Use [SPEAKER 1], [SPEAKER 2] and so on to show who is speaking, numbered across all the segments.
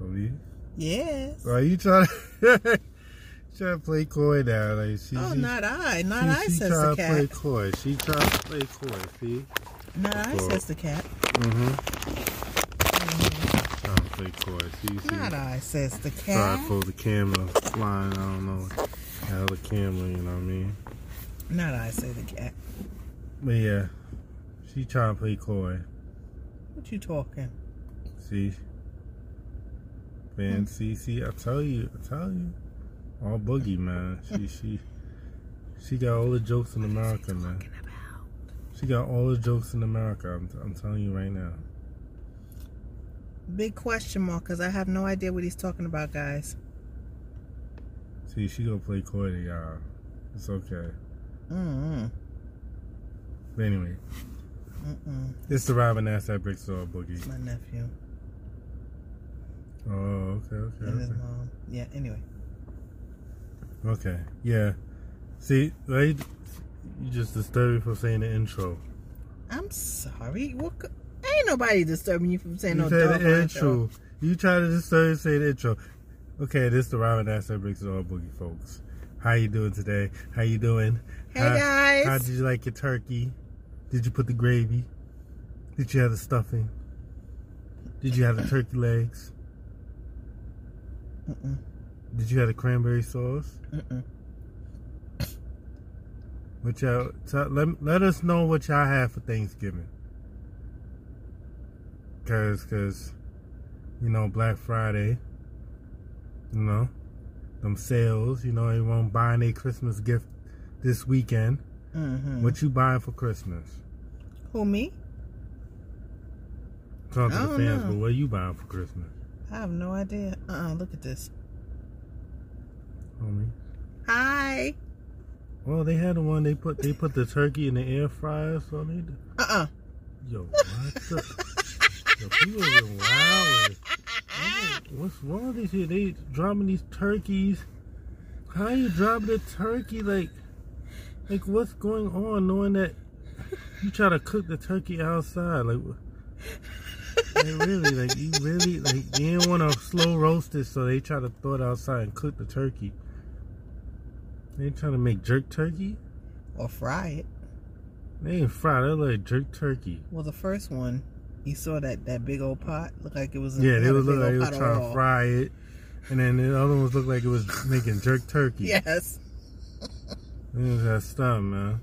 [SPEAKER 1] Mm-hmm. Yes.
[SPEAKER 2] Are you trying to, trying to play coy now? Like she,
[SPEAKER 1] Oh,
[SPEAKER 2] she,
[SPEAKER 1] not I. Not
[SPEAKER 2] she,
[SPEAKER 1] I,
[SPEAKER 2] she
[SPEAKER 1] says
[SPEAKER 2] trying
[SPEAKER 1] the
[SPEAKER 2] to play
[SPEAKER 1] cat.
[SPEAKER 2] coy. She trying to play coy. See,
[SPEAKER 1] Not I,
[SPEAKER 2] Well,
[SPEAKER 1] says the cat.
[SPEAKER 2] mm-hmm. Trying to play coy. See, see.
[SPEAKER 1] Not I, says the
[SPEAKER 2] Sorry
[SPEAKER 1] cat.
[SPEAKER 2] for the camera flying. I don't know. Out of the camera, you know what I mean?
[SPEAKER 1] Not I, say the cat.
[SPEAKER 2] But yeah, she trying to play coy.
[SPEAKER 1] What you talking?
[SPEAKER 2] See, man, see, see, I tell you, I tell you, all boogie man. She, she, she got all the jokes in America, man. She got all the jokes in America. I'm, I'm telling you right now.
[SPEAKER 1] Big question mark, because I have no idea what he's talking about, guys.
[SPEAKER 2] See, she gonna play coy to y'all. It's okay.
[SPEAKER 1] Mm-mm.
[SPEAKER 2] But anyway,
[SPEAKER 1] Mm-mm.
[SPEAKER 2] it's the Robin Ass that breaks all boogie.
[SPEAKER 1] It's my nephew
[SPEAKER 2] Oh, okay, okay.
[SPEAKER 1] and his
[SPEAKER 2] okay.
[SPEAKER 1] mom. Yeah, anyway.
[SPEAKER 2] Okay. Yeah. See, right? You just disturbed me from saying the intro.
[SPEAKER 1] I'm sorry. What? c- Ain't nobody disturbing you from saying
[SPEAKER 2] you
[SPEAKER 1] no
[SPEAKER 2] said
[SPEAKER 1] dog
[SPEAKER 2] the
[SPEAKER 1] intro.
[SPEAKER 2] intro. You try to disturb me saying the intro. Okay, this is the Robin Asset Breaks It All Boogie, folks. How you doing today? How you doing?
[SPEAKER 1] Hey
[SPEAKER 2] how,
[SPEAKER 1] guys.
[SPEAKER 2] How did you like your turkey? Did you put the gravy? Did you have the stuffing? Did you have the turkey legs?
[SPEAKER 1] Mm-mm.
[SPEAKER 2] Did you have the cranberry sauce?
[SPEAKER 1] Mm-mm.
[SPEAKER 2] What y'all, t- let, let us know what y'all have for Thanksgiving. Cause, cause, you know, Black Friday, you know, them sales, you know, everyone buying a Christmas gift this weekend.
[SPEAKER 1] Mm-hmm.
[SPEAKER 2] What you buying for Christmas?
[SPEAKER 1] Who me?
[SPEAKER 2] Talking
[SPEAKER 1] I
[SPEAKER 2] to the
[SPEAKER 1] don't
[SPEAKER 2] fans,
[SPEAKER 1] know.
[SPEAKER 2] but what you buying for Christmas,
[SPEAKER 1] I have no idea. Uh-uh. Look at this.
[SPEAKER 2] homie?
[SPEAKER 1] Hi.
[SPEAKER 2] Well, they had the one they put they put the turkey in the air fryer, so they
[SPEAKER 1] Uh-uh.
[SPEAKER 2] Yo, what the? Yo, people are wild. What's wrong with this here? They dropping these turkeys. How you dropping a turkey? Like, like what's going on? Knowing that you try to cook the turkey outside, like, wh- like really, like you really, like you didn't want to slow roast it, so they try to throw it outside and cook the turkey. They trying to make jerk turkey.
[SPEAKER 1] Or fry it.
[SPEAKER 2] They ain't fried. They like jerk turkey.
[SPEAKER 1] Well, the first one, you saw that that big old pot. Looked like it was.
[SPEAKER 2] Yeah,
[SPEAKER 1] had
[SPEAKER 2] they
[SPEAKER 1] a
[SPEAKER 2] was
[SPEAKER 1] big
[SPEAKER 2] look like
[SPEAKER 1] old
[SPEAKER 2] they was
[SPEAKER 1] pot of
[SPEAKER 2] trying
[SPEAKER 1] oil.
[SPEAKER 2] to fry it, and then the other ones looked like it was making jerk turkey.
[SPEAKER 1] Yes.
[SPEAKER 2] it was that stuff, man.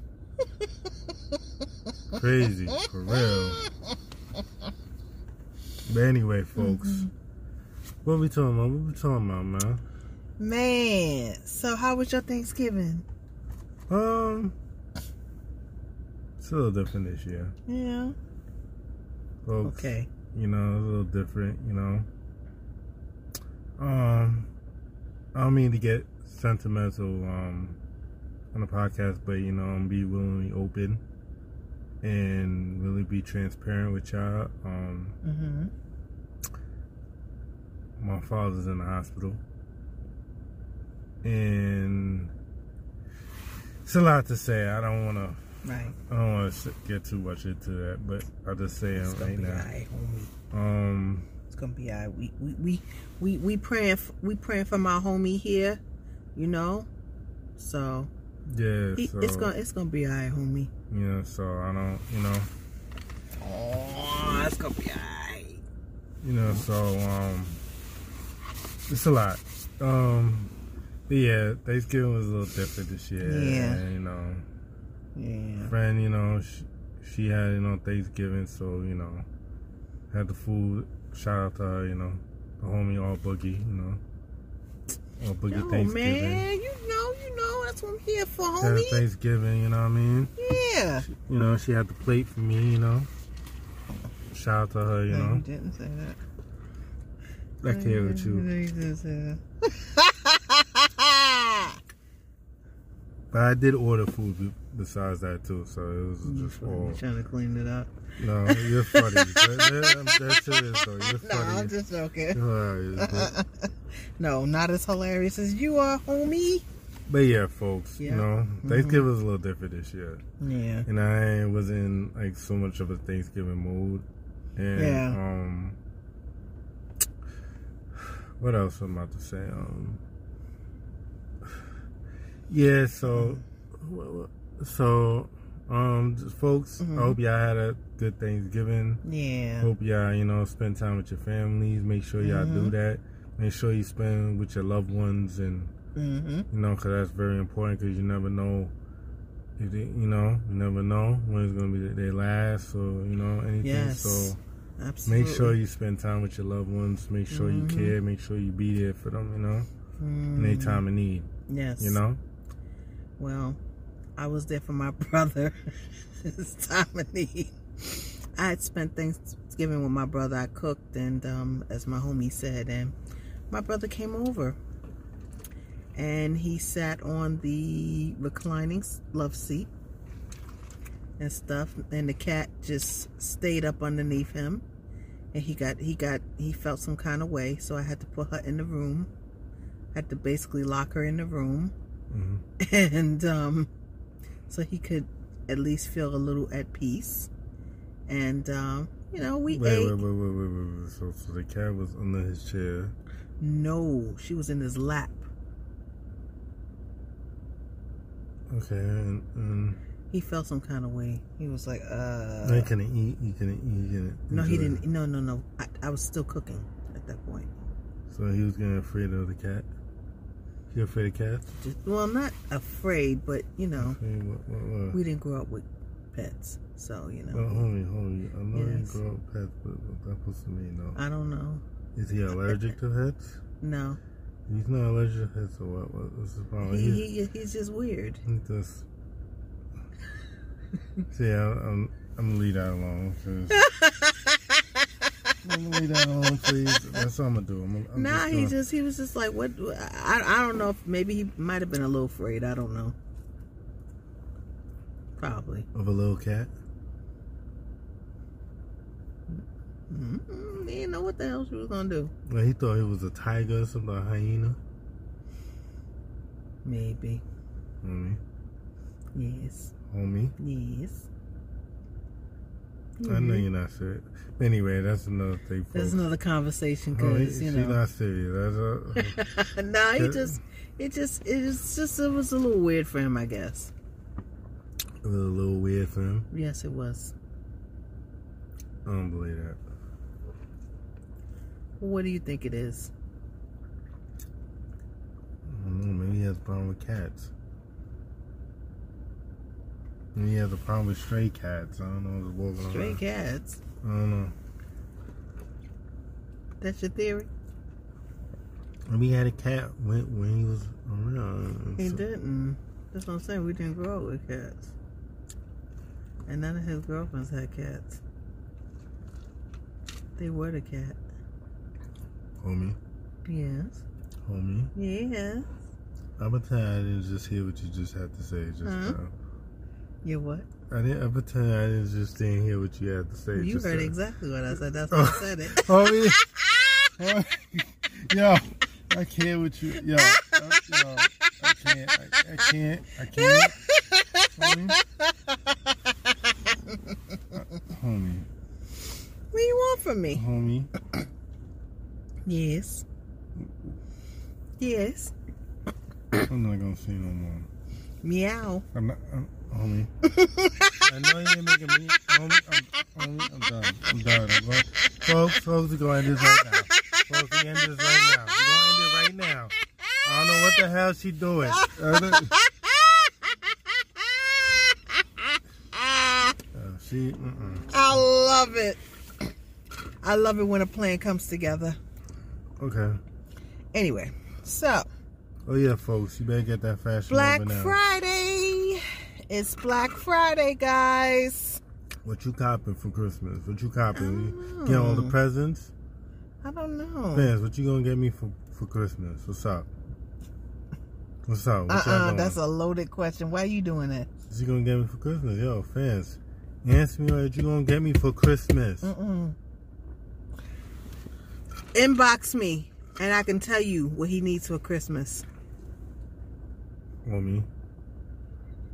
[SPEAKER 2] Crazy for real. But anyway, folks, what we talking about? What we talking about, man?
[SPEAKER 1] Man, so how was your Thanksgiving?
[SPEAKER 2] Um, it's a little different this year,
[SPEAKER 1] Yeah.
[SPEAKER 2] folks.
[SPEAKER 1] Okay.
[SPEAKER 2] You know, a little different. You know. Um, I don't mean to get sentimental um on the podcast, but you know, I'm be willingly open and really be transparent with y'all. Um,
[SPEAKER 1] Mm-hmm.
[SPEAKER 2] my father's in the hospital, and it's a lot to say. I don't want to.
[SPEAKER 1] Right.
[SPEAKER 2] I don't want to get too much into that, but I'll just say
[SPEAKER 1] It's
[SPEAKER 2] it
[SPEAKER 1] gonna
[SPEAKER 2] right
[SPEAKER 1] be
[SPEAKER 2] now.
[SPEAKER 1] alright, homie.
[SPEAKER 2] Um,
[SPEAKER 1] It's gonna be alright. We we we we we praying f- we praying for my homie here, you know. So,
[SPEAKER 2] yeah.
[SPEAKER 1] he,
[SPEAKER 2] so,
[SPEAKER 1] it's gonna it's gonna be alright, homie.
[SPEAKER 2] you know, so I don't. You know.
[SPEAKER 1] Oh, it's gonna be alright.
[SPEAKER 2] you know so um it's a lot um but yeah thanksgiving was a little different this year
[SPEAKER 1] Yeah.
[SPEAKER 2] and, you know
[SPEAKER 1] Yeah.
[SPEAKER 2] friend you know she, she had you know thanksgiving so you know had the food shout out to her you know the homie all boogie you know all boogie
[SPEAKER 1] No,
[SPEAKER 2] thanksgiving
[SPEAKER 1] man, you know, you know, that's what I'm here for,
[SPEAKER 2] She had a
[SPEAKER 1] homie.
[SPEAKER 2] thanksgiving you know what i mean
[SPEAKER 1] Yeah.
[SPEAKER 2] you know she had the plate for me you know shout out to her you
[SPEAKER 1] No,
[SPEAKER 2] know
[SPEAKER 1] didn't say that.
[SPEAKER 2] i care with you but i did order food be- besides that too so it was
[SPEAKER 1] Mm,
[SPEAKER 2] just all
[SPEAKER 1] trying to clean it up.
[SPEAKER 2] No, you're funny. that, that, that's serious though. You're
[SPEAKER 1] No, I'm
[SPEAKER 2] funny.
[SPEAKER 1] just joking.
[SPEAKER 2] You're hilarious, but,
[SPEAKER 1] No, not as hilarious as you are, homie.
[SPEAKER 2] but yeah, folks,
[SPEAKER 1] Yeah. Mm-hmm.
[SPEAKER 2] you know, Thanksgiving was a little different this year,
[SPEAKER 1] Yeah.
[SPEAKER 2] and I was in like so much of a Thanksgiving mood, and
[SPEAKER 1] Yeah.
[SPEAKER 2] um, what else I'm about to say? Um, yeah, so, w- w- so, um, folks, I hope y'all had a good Thanksgiving.
[SPEAKER 1] Yeah.
[SPEAKER 2] Hope y'all, you know, spend time with your families. Make sure y'all do
[SPEAKER 1] Mhm.
[SPEAKER 2] that. Make sure you spend with your loved ones, and
[SPEAKER 1] Mm-hmm.
[SPEAKER 2] you know, because that's very important. Because you never know if they, you know, you never know when it's gonna be their last or you know anything.
[SPEAKER 1] Yes.
[SPEAKER 2] So
[SPEAKER 1] Absolutely.
[SPEAKER 2] make sure you spend time with your loved ones. Make sure
[SPEAKER 1] Mhm.
[SPEAKER 2] you care. Make sure you be there for them. You know, in any
[SPEAKER 1] Mm,
[SPEAKER 2] time of need.
[SPEAKER 1] Yes.
[SPEAKER 2] You know.
[SPEAKER 1] Well, I was there for my brother. it's time of need. I had spent Thanksgiving with my brother. I cooked, and um, as my homie said, and my brother came over, and he sat on the reclining s- love seat and stuff, and the cat just stayed up underneath him, and he got he got he felt some kind of way, so I had to put her in the room. had to basically lock her in the room
[SPEAKER 2] hmm
[SPEAKER 1] and um, so he could at least feel a little at peace. And um, you know, we
[SPEAKER 2] Wait, wait,
[SPEAKER 1] ate.
[SPEAKER 2] wait, wait, wait, wait, wait. So, so the cat was under his chair.
[SPEAKER 1] No, she was in his lap.
[SPEAKER 2] Okay, and, and
[SPEAKER 1] He felt some kind of way. He was like, uh,
[SPEAKER 2] he couldn't eat. He couldn't eat. He couldn't
[SPEAKER 1] no, he
[SPEAKER 2] enjoy it.
[SPEAKER 1] didn't. No, no, no. I, I was still cooking at that point.
[SPEAKER 2] So he was getting afraid of the cat. You afraid of cats?
[SPEAKER 1] Just, well, I'm not afraid, but you know,
[SPEAKER 2] Afraid what, what, what?
[SPEAKER 1] we didn't grow up with pets, so you
[SPEAKER 2] Well,
[SPEAKER 1] know,
[SPEAKER 2] homie, homie, I know
[SPEAKER 1] Yes. Uh,
[SPEAKER 2] you grow up pets, but what that supposed to mean though?
[SPEAKER 1] I don't know.
[SPEAKER 2] Is he allergic to pets?
[SPEAKER 1] No,
[SPEAKER 2] He's not allergic to pets, so what? what what's the problem?
[SPEAKER 1] he,
[SPEAKER 2] He's,
[SPEAKER 1] he he's just weird.
[SPEAKER 2] he's just. See, I, I'm I'm gonna leave that alone. 'cause- I'm gonna leave that alone, please. That's all I'm gonna do. I'm, gonna- I'm
[SPEAKER 1] Nah,
[SPEAKER 2] just
[SPEAKER 1] he
[SPEAKER 2] gonna-
[SPEAKER 1] just he was just like what I I don't know if maybe he might have been a little afraid. I don't know. Probably.
[SPEAKER 2] of a little cat.
[SPEAKER 1] Mm-mm, Mm-hmm. he didn't know what the hell she was gonna do.
[SPEAKER 2] Like he thought it was a tiger, or something, a hyena.
[SPEAKER 1] Maybe.
[SPEAKER 2] Homie,
[SPEAKER 1] Yes.
[SPEAKER 2] homie.
[SPEAKER 1] Yes.
[SPEAKER 2] I know
[SPEAKER 1] Mhm.
[SPEAKER 2] you're not serious. Anyway, that's another thing.
[SPEAKER 1] That's
[SPEAKER 2] folks.
[SPEAKER 1] another conversation
[SPEAKER 2] Oh,
[SPEAKER 1] because you
[SPEAKER 2] she
[SPEAKER 1] know.
[SPEAKER 2] not serious. That's a,
[SPEAKER 1] nah, he
[SPEAKER 2] Yeah.
[SPEAKER 1] just it just it was just it was a little weird for him, I guess.
[SPEAKER 2] it was a little weird for him.
[SPEAKER 1] Yes, it was.
[SPEAKER 2] I don't believe that.
[SPEAKER 1] What do you think it is?
[SPEAKER 2] I don't know. Hmm, Maybe he has a problem with cats. Maybe he has a problem with stray cats. I don't know what's walking
[SPEAKER 1] Stray
[SPEAKER 2] around.
[SPEAKER 1] cats.
[SPEAKER 2] I don't know.
[SPEAKER 1] That's your theory?
[SPEAKER 2] Maybe he had a cat when, when he was around.
[SPEAKER 1] He
[SPEAKER 2] So-
[SPEAKER 1] didn't. That's what I'm saying. We didn't grow up with cats. And none of his girlfriends had cats. They were the cat.
[SPEAKER 2] Homie,
[SPEAKER 1] Yes.
[SPEAKER 2] homie.
[SPEAKER 1] Yeah.
[SPEAKER 2] I pretend I didn't just hear what you just had to say just
[SPEAKER 1] Huh?
[SPEAKER 2] now.
[SPEAKER 1] You what?
[SPEAKER 2] I didn't. I pretend I didn't just didn't hear what you had to say.
[SPEAKER 1] you
[SPEAKER 2] just
[SPEAKER 1] heard
[SPEAKER 2] now.
[SPEAKER 1] exactly what I said. That's
[SPEAKER 2] Oh.
[SPEAKER 1] why I said it.
[SPEAKER 2] homie. yo, I can't with you. Yo, I, yo, I can't. I, I can't. I can't. Homie. Homie.
[SPEAKER 1] What do you want from me?
[SPEAKER 2] Homie.
[SPEAKER 1] Yes. Yes.
[SPEAKER 2] I'm not gonna say no more.
[SPEAKER 1] Meow.
[SPEAKER 2] I'm not. I'm, homie. I know you ain't making me. Homie, I'm, homie, I'm done. I'm done. I'm going. Folks, folks, we're gonna end this right now. Folks, we end this right now. We're gonna end it right now. I don't know what the hell she doing. I don't- Uh, she. Mm-mm.
[SPEAKER 1] I love it. I love it when a plan comes together.
[SPEAKER 2] Okay.
[SPEAKER 1] Anyway, so
[SPEAKER 2] Oh yeah, folks, you better get that fashion
[SPEAKER 1] Black
[SPEAKER 2] over now.
[SPEAKER 1] Friday. It's Black Friday, guys.
[SPEAKER 2] What you copping for Christmas? What you copping? You
[SPEAKER 1] Oh.
[SPEAKER 2] Get all the presents?
[SPEAKER 1] I don't know.
[SPEAKER 2] Fans, what you gonna get me for, for Christmas? What's up? What's up?
[SPEAKER 1] Uh
[SPEAKER 2] What
[SPEAKER 1] uh
[SPEAKER 2] y'all doing?
[SPEAKER 1] that's a loaded question. Why are you doing that?
[SPEAKER 2] What you gonna get me for Christmas? Yo, fans, answer me what you gonna get me for Christmas?
[SPEAKER 1] Mm-mm. Inbox me, and I can tell you what he needs for Christmas.
[SPEAKER 2] Homie,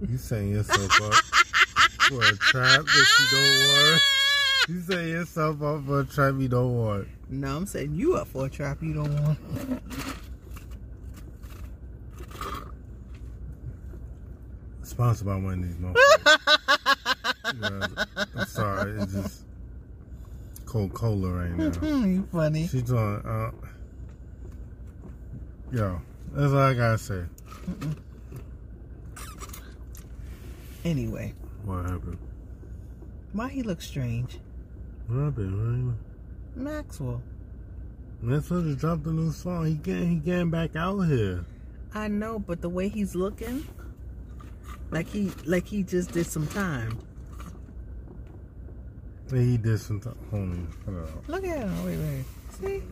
[SPEAKER 2] you setting yourself up for a trap that you don't want. You say yourself up for a trap you don't want.
[SPEAKER 1] No, I'm setting you up for a trap you don't want.
[SPEAKER 2] Sponsored by one of these motherfuckers. Yeah, I'm sorry, it's just cold cola right now.
[SPEAKER 1] you funny.
[SPEAKER 2] She's doing, uh, yo, that's all I gotta say.
[SPEAKER 1] Anyway,
[SPEAKER 2] What happened?
[SPEAKER 1] why he looks strange?
[SPEAKER 2] What happened?
[SPEAKER 1] Maxwell.
[SPEAKER 2] Minnesota just dropped a new song. He getting, he getting back out here.
[SPEAKER 1] I know, but the way he's looking, like he like he just did some time.
[SPEAKER 2] He did some t- homie. Hold on.
[SPEAKER 1] Look at him. Wait, wait. See?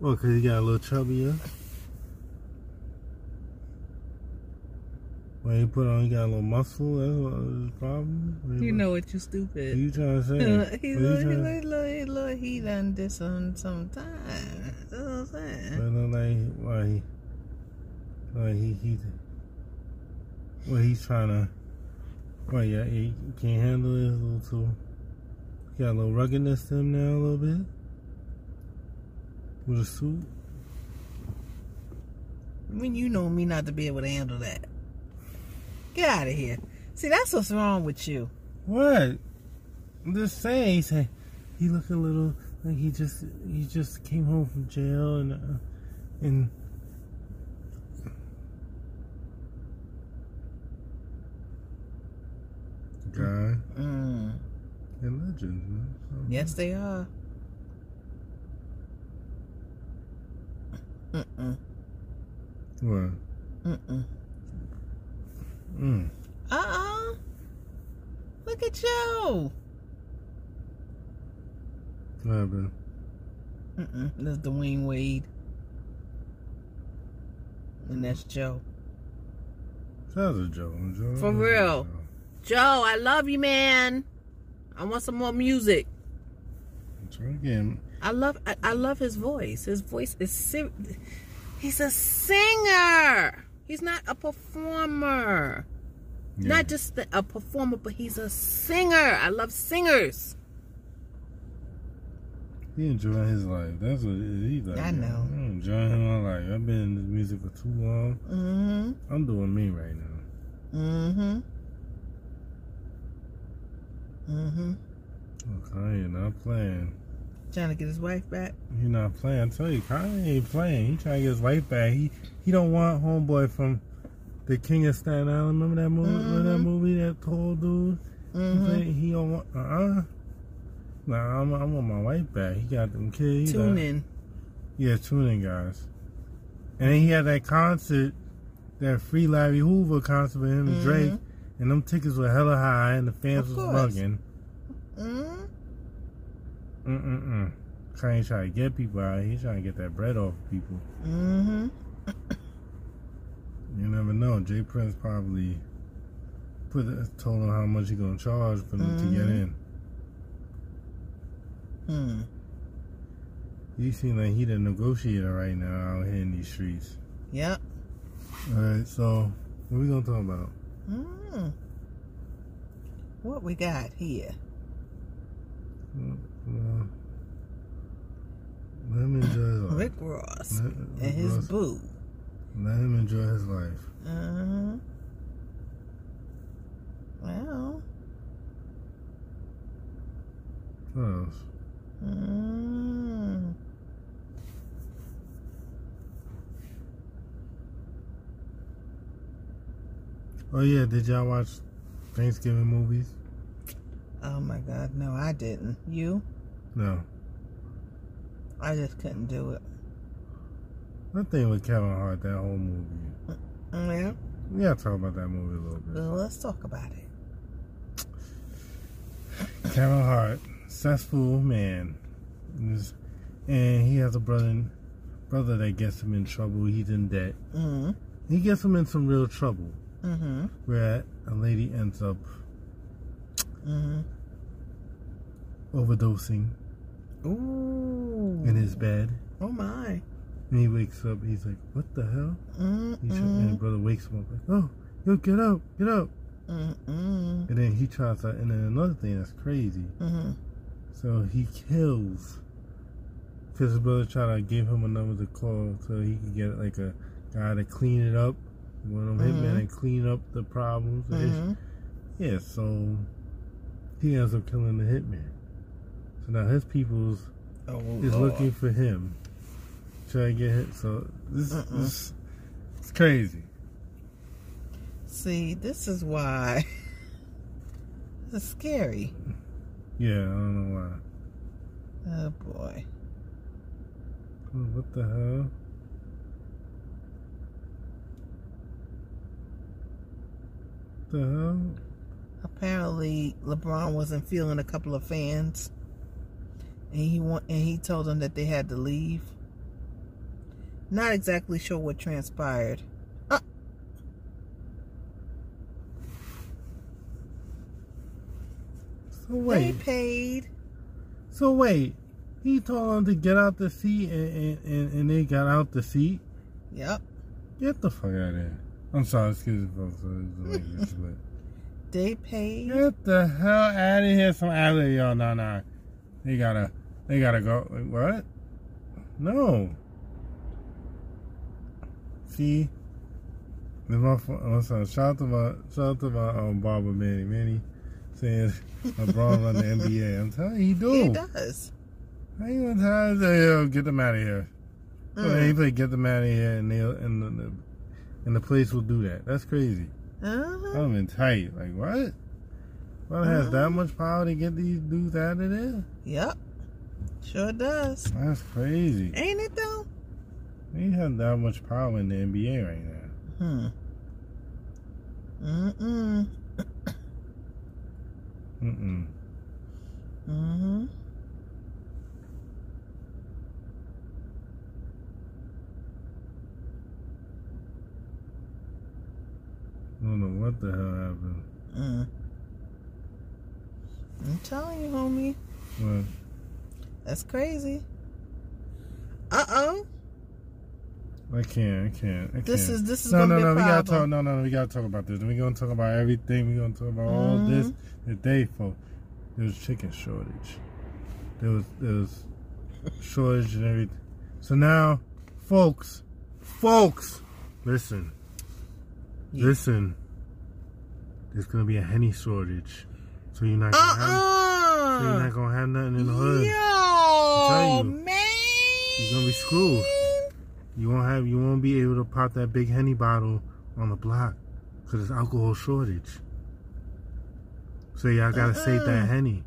[SPEAKER 2] Well, because he got a little chubbier. When he put on, he got a little muscle. That's what was his problem. When he
[SPEAKER 1] You
[SPEAKER 2] put-
[SPEAKER 1] know what you
[SPEAKER 2] What
[SPEAKER 1] stupid.
[SPEAKER 2] you trying to say?
[SPEAKER 1] He's
[SPEAKER 2] What
[SPEAKER 1] look,
[SPEAKER 2] you
[SPEAKER 1] he's
[SPEAKER 2] trying
[SPEAKER 1] look, look, look, he done did some some time. That's what I'm
[SPEAKER 2] But
[SPEAKER 1] saying.
[SPEAKER 2] look like he- why he, why he, he, what he's trying to, why yeah, he can't handle it a little too. He got a little ruggedness to him now a little bit. With a suit.
[SPEAKER 1] I mean, you know me not to be able to handle that. Get out of here. See, that's what's wrong with you.
[SPEAKER 2] What? I'm just saying. He said he looked a little like he just he just came home from jail and uh, and guy
[SPEAKER 1] Mm.
[SPEAKER 2] and legends. Man.
[SPEAKER 1] Yes, they are. Mm-mm,
[SPEAKER 2] What?
[SPEAKER 1] mm-mm.
[SPEAKER 2] Mm.
[SPEAKER 1] Uh-uh. Look at you.
[SPEAKER 2] What happened?
[SPEAKER 1] Mm-mm. That's Dwayne Wade. And that's Joe.
[SPEAKER 2] Shout out to Joe. Joe
[SPEAKER 1] For real. Joe, I love you, man. I want some more music.
[SPEAKER 2] Joe again.
[SPEAKER 1] I love I, I love his voice. His voice is si- he's a singer. He's not a performer.
[SPEAKER 2] Yeah.
[SPEAKER 1] Not just the, a performer, but he's a singer. I love singers.
[SPEAKER 2] He enjoying his life. That's what it is. He's like,
[SPEAKER 1] I know.
[SPEAKER 2] I'm enjoying my life. I've been in this music for too long.
[SPEAKER 1] Mm-hmm.
[SPEAKER 2] I'm doing me right now.
[SPEAKER 1] Mm-hmm. Mm-hmm.
[SPEAKER 2] Oh, Kanye not playing.
[SPEAKER 1] Trying to get his wife back.
[SPEAKER 2] He not playing. I tell you, Kanye ain't playing. He trying to get his wife back. He he don't want homeboy from the King of Staten Island. Remember that movie? Remember that
[SPEAKER 1] Mhm.
[SPEAKER 2] movie? That tall dude. He
[SPEAKER 1] Mm-hmm.
[SPEAKER 2] said He don't want. Uh uh Nah, I'm, I want my wife back. He got them kids. He
[SPEAKER 1] Tune
[SPEAKER 2] got-
[SPEAKER 1] in.
[SPEAKER 2] Yeah, tune in, guys. And then he had that concert, that free Larry Hoover concert with him and
[SPEAKER 1] Mhm.
[SPEAKER 2] Drake. And them tickets were hella high, and the fans
[SPEAKER 1] Of
[SPEAKER 2] was
[SPEAKER 1] course.
[SPEAKER 2] bugging.
[SPEAKER 1] Mm-hmm.
[SPEAKER 2] Mm mm mm. Kanye trying to get people out. He trying to get that bread off people.
[SPEAKER 1] Mm-hmm.
[SPEAKER 2] You never know. Jay Prince probably put told him how much he gonna charge for them to get
[SPEAKER 1] Mhm.
[SPEAKER 2] in.
[SPEAKER 1] Hmm.
[SPEAKER 2] You seem like he the negotiator right now out here in these streets.
[SPEAKER 1] Yep.
[SPEAKER 2] All right, so what we gonna talk about?
[SPEAKER 1] Mm. What we got here?
[SPEAKER 2] Uh, let him enjoy his life.
[SPEAKER 1] Uh, Rick Ross
[SPEAKER 2] Let,
[SPEAKER 1] and his
[SPEAKER 2] Russ-
[SPEAKER 1] boo.
[SPEAKER 2] let him enjoy his life.
[SPEAKER 1] Uh-huh. Well,
[SPEAKER 2] What else?
[SPEAKER 1] mm.
[SPEAKER 2] Oh yeah, did y'all watch Thanksgiving movies?
[SPEAKER 1] oh my God, no, I didn't. You?
[SPEAKER 2] No.
[SPEAKER 1] I just couldn't do it.
[SPEAKER 2] Nothing with Kevin Hart. That whole movie.
[SPEAKER 1] Yeah.
[SPEAKER 2] We gotta talk about that movie a little bit.
[SPEAKER 1] Well, let's talk about it.
[SPEAKER 2] Kevin Hart, successful man, He's- and he has a brother brother that gets him in trouble. He's in debt.
[SPEAKER 1] Mm.
[SPEAKER 2] He gets him in some real trouble,
[SPEAKER 1] Mm-hmm.
[SPEAKER 2] where a lady ends up
[SPEAKER 1] Mm-hmm.
[SPEAKER 2] overdosing
[SPEAKER 1] Ooh.
[SPEAKER 2] in his bed.
[SPEAKER 1] Oh my.
[SPEAKER 2] And he wakes up. He's like, "What the hell?" He sh- and his
[SPEAKER 1] Mm-mm.
[SPEAKER 2] brother wakes him up like, "Oh, yo, get up, get up!"
[SPEAKER 1] Mm-mm.
[SPEAKER 2] And then he tries to, and then another thing that's crazy.
[SPEAKER 1] Mm-hmm.
[SPEAKER 2] So he kills. Because his brother tried to give him a number to call so he could get like a guy to clean it up. One of them
[SPEAKER 1] Mhm.
[SPEAKER 2] hitmen and clean up the problems. the issues.
[SPEAKER 1] Mm-hmm.
[SPEAKER 2] Yeah, so he ends up killing the hitman. So now his people's
[SPEAKER 1] Oh,
[SPEAKER 2] is
[SPEAKER 1] Lord.
[SPEAKER 2] looking for him. Try to get hit. So this,
[SPEAKER 1] Mm-mm.
[SPEAKER 2] this it's crazy.
[SPEAKER 1] See, this is why it's scary.
[SPEAKER 2] Yeah, I don't know why.
[SPEAKER 1] Oh boy.
[SPEAKER 2] Oh, What the hell? The hell?
[SPEAKER 1] Apparently, LeBron wasn't feeling a couple of fans, and he want, and he told them that they had to leave. Not exactly sure what transpired. Ah.
[SPEAKER 2] So wait.
[SPEAKER 1] They paid.
[SPEAKER 2] So wait. He told him to get out the seat, and, and, and, and they got out the seat.
[SPEAKER 1] Yep.
[SPEAKER 2] Get the fuck out of here. I'm sorry, excuse me, folks. so it's like this, but-
[SPEAKER 1] They paid.
[SPEAKER 2] Get the hell out of here, some out of y'all. No, no, they gotta, they gotta go. Like, what? No. See, the motherfucker. So shout out to my, shout out to my um, barber Manny. Manny saying LeBron run the NBA. I'm telling you, he do.
[SPEAKER 1] He does.
[SPEAKER 2] How you gonna tell him, say, yo, get them out of here? So they
[SPEAKER 1] Mm.
[SPEAKER 2] play get them out of here, and they and the, the and the place will do that. That's crazy.
[SPEAKER 1] Uh-huh.
[SPEAKER 2] I'm in tight. Like what? Well, it has that much power to get these dudes out of there?
[SPEAKER 1] Yep. Sure does.
[SPEAKER 2] That's crazy.
[SPEAKER 1] Ain't it though?
[SPEAKER 2] They have that much power in the NBA right now.
[SPEAKER 1] Hmm. Mm-mm.
[SPEAKER 2] Mm-mm.
[SPEAKER 1] Mm-hmm.
[SPEAKER 2] I don't know what the hell happened.
[SPEAKER 1] Mm. I'm telling you, homie.
[SPEAKER 2] Well,
[SPEAKER 1] That's crazy. Uh oh.
[SPEAKER 2] I can't. I can't. I can't.
[SPEAKER 1] This is this is
[SPEAKER 2] no,
[SPEAKER 1] gonna
[SPEAKER 2] no,
[SPEAKER 1] be a
[SPEAKER 2] no. We gotta talk.
[SPEAKER 1] problem.
[SPEAKER 2] No, no, no. We gotta talk about this. We gonna talk about everything. We gonna talk about all
[SPEAKER 1] Mm-hmm.
[SPEAKER 2] this today, folks. There was chicken shortage. There was there was shortage and everything. So now, folks, folks, listen.
[SPEAKER 1] Yeah.
[SPEAKER 2] Listen, there's gonna be a henny shortage, so you're not
[SPEAKER 1] Uh-uh.
[SPEAKER 2] gonna have, so you're
[SPEAKER 1] Uh
[SPEAKER 2] not gonna have nothing in the
[SPEAKER 1] uh.
[SPEAKER 2] hood.
[SPEAKER 1] Yo,
[SPEAKER 2] telling you.
[SPEAKER 1] man.
[SPEAKER 2] You're gonna be screwed. You won't have, you won't be able to pop that big henny bottle on the block, cause there's alcohol shortage. So y'all gotta save
[SPEAKER 1] Uh-uh.
[SPEAKER 2] that henny.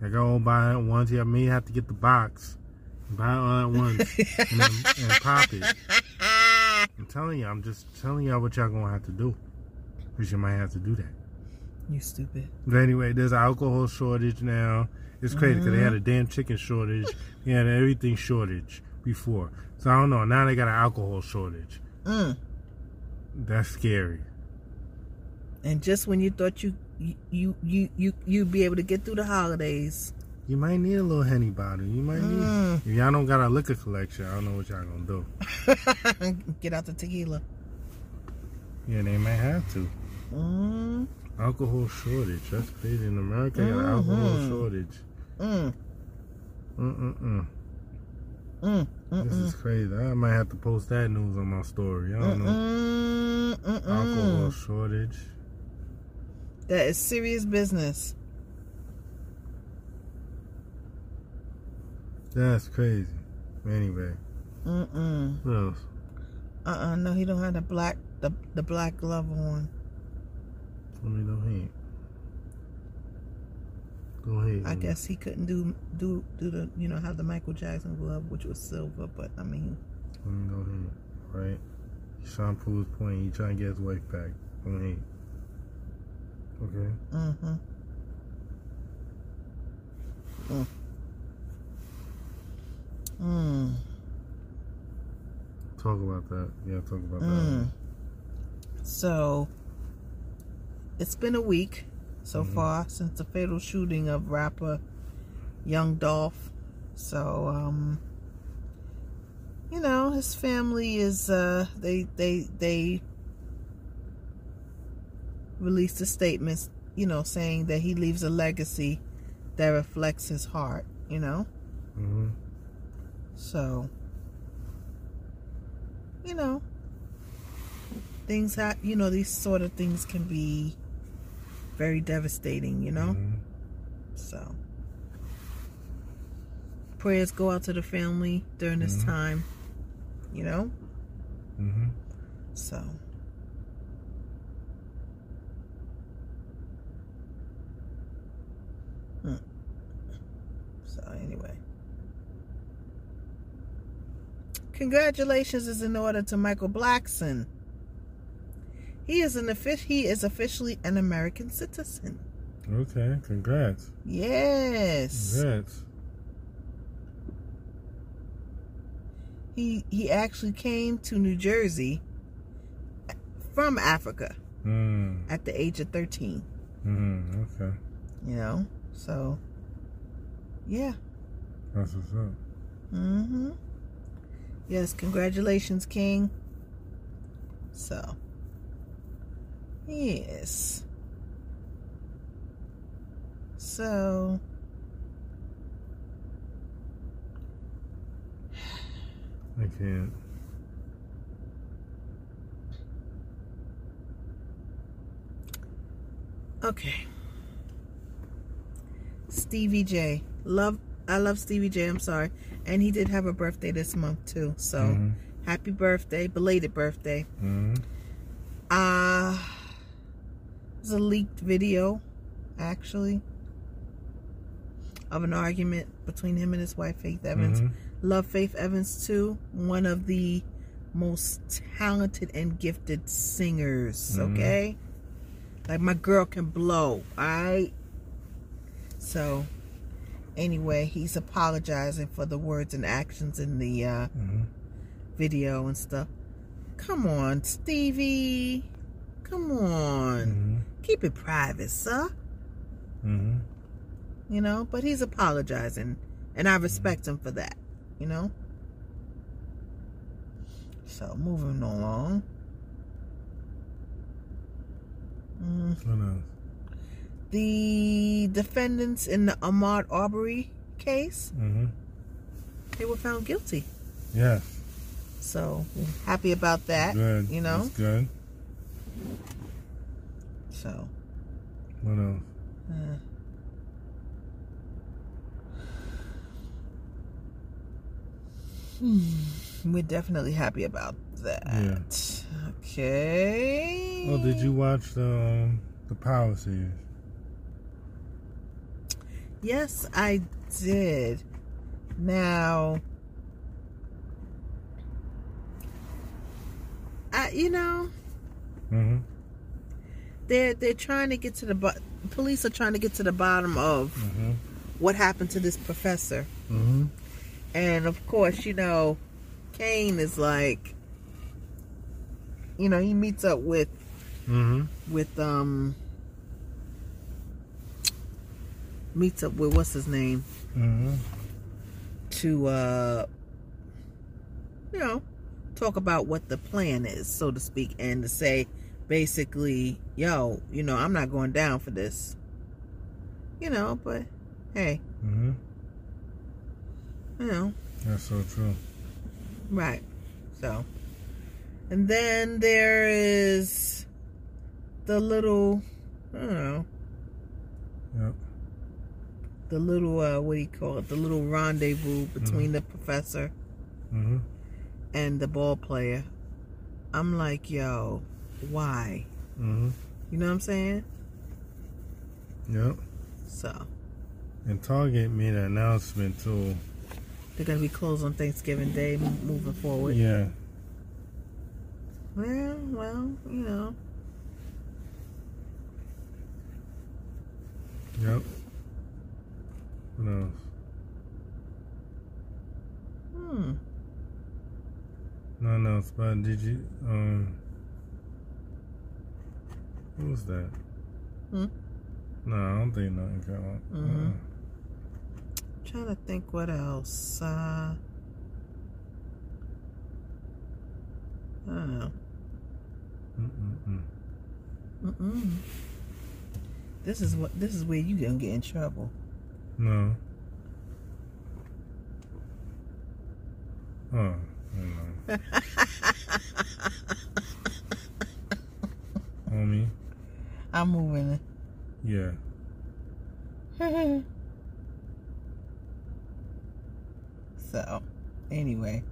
[SPEAKER 2] Y'all gotta buy it at once. Y'all may have to get the box, buy it all at once, and, then, and pop it. I'm telling you, I'm just telling y'all what y'all gonna have to do, cause you might have to do that.
[SPEAKER 1] You stupid.
[SPEAKER 2] But anyway, there's an alcohol shortage now. It's crazy because they had
[SPEAKER 1] Mm-hmm.
[SPEAKER 2] a damn chicken shortage. They had an everything shortage before. So I don't know. Now they got an alcohol shortage.
[SPEAKER 1] Mm.
[SPEAKER 2] That's scary.
[SPEAKER 1] And just when you thought you you you you you you'd be able to get through the holidays.
[SPEAKER 2] You might need a little henny bottle. You might need.
[SPEAKER 1] Mm.
[SPEAKER 2] If y'all don't got a liquor collection, I don't know what y'all gonna do.
[SPEAKER 1] get out the tequila.
[SPEAKER 2] Yeah, they might have to.
[SPEAKER 1] Mm.
[SPEAKER 2] Alcohol shortage. That's crazy. In America, they got an alcohol
[SPEAKER 1] Mhm.
[SPEAKER 2] shortage.
[SPEAKER 1] Mm.
[SPEAKER 2] Mm-mm-mm.
[SPEAKER 1] Mm.
[SPEAKER 2] This
[SPEAKER 1] Mm.
[SPEAKER 2] is crazy. I might have to post that news on my story. I don't know.
[SPEAKER 1] Mm. Mm.
[SPEAKER 2] Alcohol
[SPEAKER 1] Mm.
[SPEAKER 2] shortage.
[SPEAKER 1] That is serious business.
[SPEAKER 2] That's crazy. Anyway,
[SPEAKER 1] Mm-mm.
[SPEAKER 2] what else?
[SPEAKER 1] Uh uh Uh-uh. no, he don't have the black the the black glove on.
[SPEAKER 2] I mean, don't hate. Don't hate.
[SPEAKER 1] I
[SPEAKER 2] man.
[SPEAKER 1] guess he couldn't do do do the you know have the Michael Jackson glove, which was silver. But I mean,
[SPEAKER 2] I mean, don't hate. Right? Sean Poole's point. He trying to get his wife back. Don't hate. Okay.
[SPEAKER 1] mm-hmm. Mm. Mm.
[SPEAKER 2] Talk about that. Yeah, talk about
[SPEAKER 1] Mm. So it's been a week so
[SPEAKER 2] Mhm.
[SPEAKER 1] far since the fatal shooting of rapper Young Dolph. So um you know, his family is uh they they they released a statement, you know, saying that he leaves a legacy that reflects his heart, you know?
[SPEAKER 2] hmm
[SPEAKER 1] So, you know, things have, you know, these sort of things can be very devastating, you know?
[SPEAKER 2] Mm-hmm.
[SPEAKER 1] So, prayers go out to the family during this
[SPEAKER 2] Mhm.
[SPEAKER 1] time, you know?
[SPEAKER 2] hmm
[SPEAKER 1] So, Hmm. so anyway, congratulations is in order to Michael Blackson. He is an offic- he is officially an American citizen.
[SPEAKER 2] Okay, congrats.
[SPEAKER 1] Yes.
[SPEAKER 2] Congrats.
[SPEAKER 1] He he actually came to New Jersey from Africa
[SPEAKER 2] Mm.
[SPEAKER 1] at the age of 13.
[SPEAKER 2] Mm. Okay.
[SPEAKER 1] you know so yeah
[SPEAKER 2] That's what's up.
[SPEAKER 1] mm-hmm yes congratulations king so yes so
[SPEAKER 2] I can't.
[SPEAKER 1] okay stevie j love i love stevie j i'm sorry and he did have a birthday this month too so
[SPEAKER 2] Mm-hmm.
[SPEAKER 1] happy birthday belated birthday
[SPEAKER 2] hmm
[SPEAKER 1] Uh, it's a leaked video, actually, of an argument between him and his wife, Faith Evans. Love Faith Evans, too. One of the most talented and gifted singers,
[SPEAKER 2] Mhm.
[SPEAKER 1] okay? Like, my girl can blow, alright? So, anyway, he's apologizing for the words and actions in the uh,
[SPEAKER 2] hmm
[SPEAKER 1] video and stuff. Come on, Stevie. Come on.
[SPEAKER 2] hmm
[SPEAKER 1] Keep it private, sir.
[SPEAKER 2] hmm
[SPEAKER 1] You know, but he's apologizing. And I respect him for that. You know? So, moving along. Mm,
[SPEAKER 2] Mm-hmm. What else?
[SPEAKER 1] The defendants in the Ahmad Arbery case,
[SPEAKER 2] hmm
[SPEAKER 1] they were found guilty.
[SPEAKER 2] Yes.
[SPEAKER 1] So, happy about that.
[SPEAKER 2] good.
[SPEAKER 1] You know?
[SPEAKER 2] That's good.
[SPEAKER 1] So,
[SPEAKER 2] What else?
[SPEAKER 1] uh, hmm, we're definitely happy about that. Okay.
[SPEAKER 2] Oh, did you watch the um, the Power series?
[SPEAKER 1] Yes, I did. Now, I, you know,
[SPEAKER 2] hmm
[SPEAKER 1] they're they're trying to get to the bo- police are trying to get to the bottom of
[SPEAKER 2] hmm
[SPEAKER 1] what happened to this professor,
[SPEAKER 2] hmm
[SPEAKER 1] and of course, you know, Kane is like, you know, he meets up with
[SPEAKER 2] hmm
[SPEAKER 1] with um meets up with what's his name
[SPEAKER 2] hmm
[SPEAKER 1] to uh you know talk about what the plan is so to speak and to say basically yo you know i'm not going down for this you know but hey
[SPEAKER 2] hmm
[SPEAKER 1] you know
[SPEAKER 2] That's so true.
[SPEAKER 1] right so and then there is the little i don't know
[SPEAKER 2] Yep.
[SPEAKER 1] the little uh what do you call it the little rendezvous between the professor
[SPEAKER 2] hmm
[SPEAKER 1] and the ball player i'm like yo why
[SPEAKER 2] hmm
[SPEAKER 1] you know what i'm saying
[SPEAKER 2] Yep.
[SPEAKER 1] so
[SPEAKER 2] And Target made an announcement too.
[SPEAKER 1] they're gonna be closed on thanksgiving day m- moving forward
[SPEAKER 2] Yeah.
[SPEAKER 1] well well you know
[SPEAKER 2] Yep. What else?
[SPEAKER 1] hmm
[SPEAKER 2] No, no, but did you um what was that?
[SPEAKER 1] Hmm?
[SPEAKER 2] No, I don't think nothing came up.
[SPEAKER 1] Mhm. trying to think what else uh I don't know.
[SPEAKER 2] Mm-mm.
[SPEAKER 1] Mm-mm. This is what this is where you gonna get in trouble.
[SPEAKER 2] No.
[SPEAKER 1] Hmm.
[SPEAKER 2] Oh, never mind. Homie,
[SPEAKER 1] I'm moving.
[SPEAKER 2] yeah.
[SPEAKER 1] so, anyway,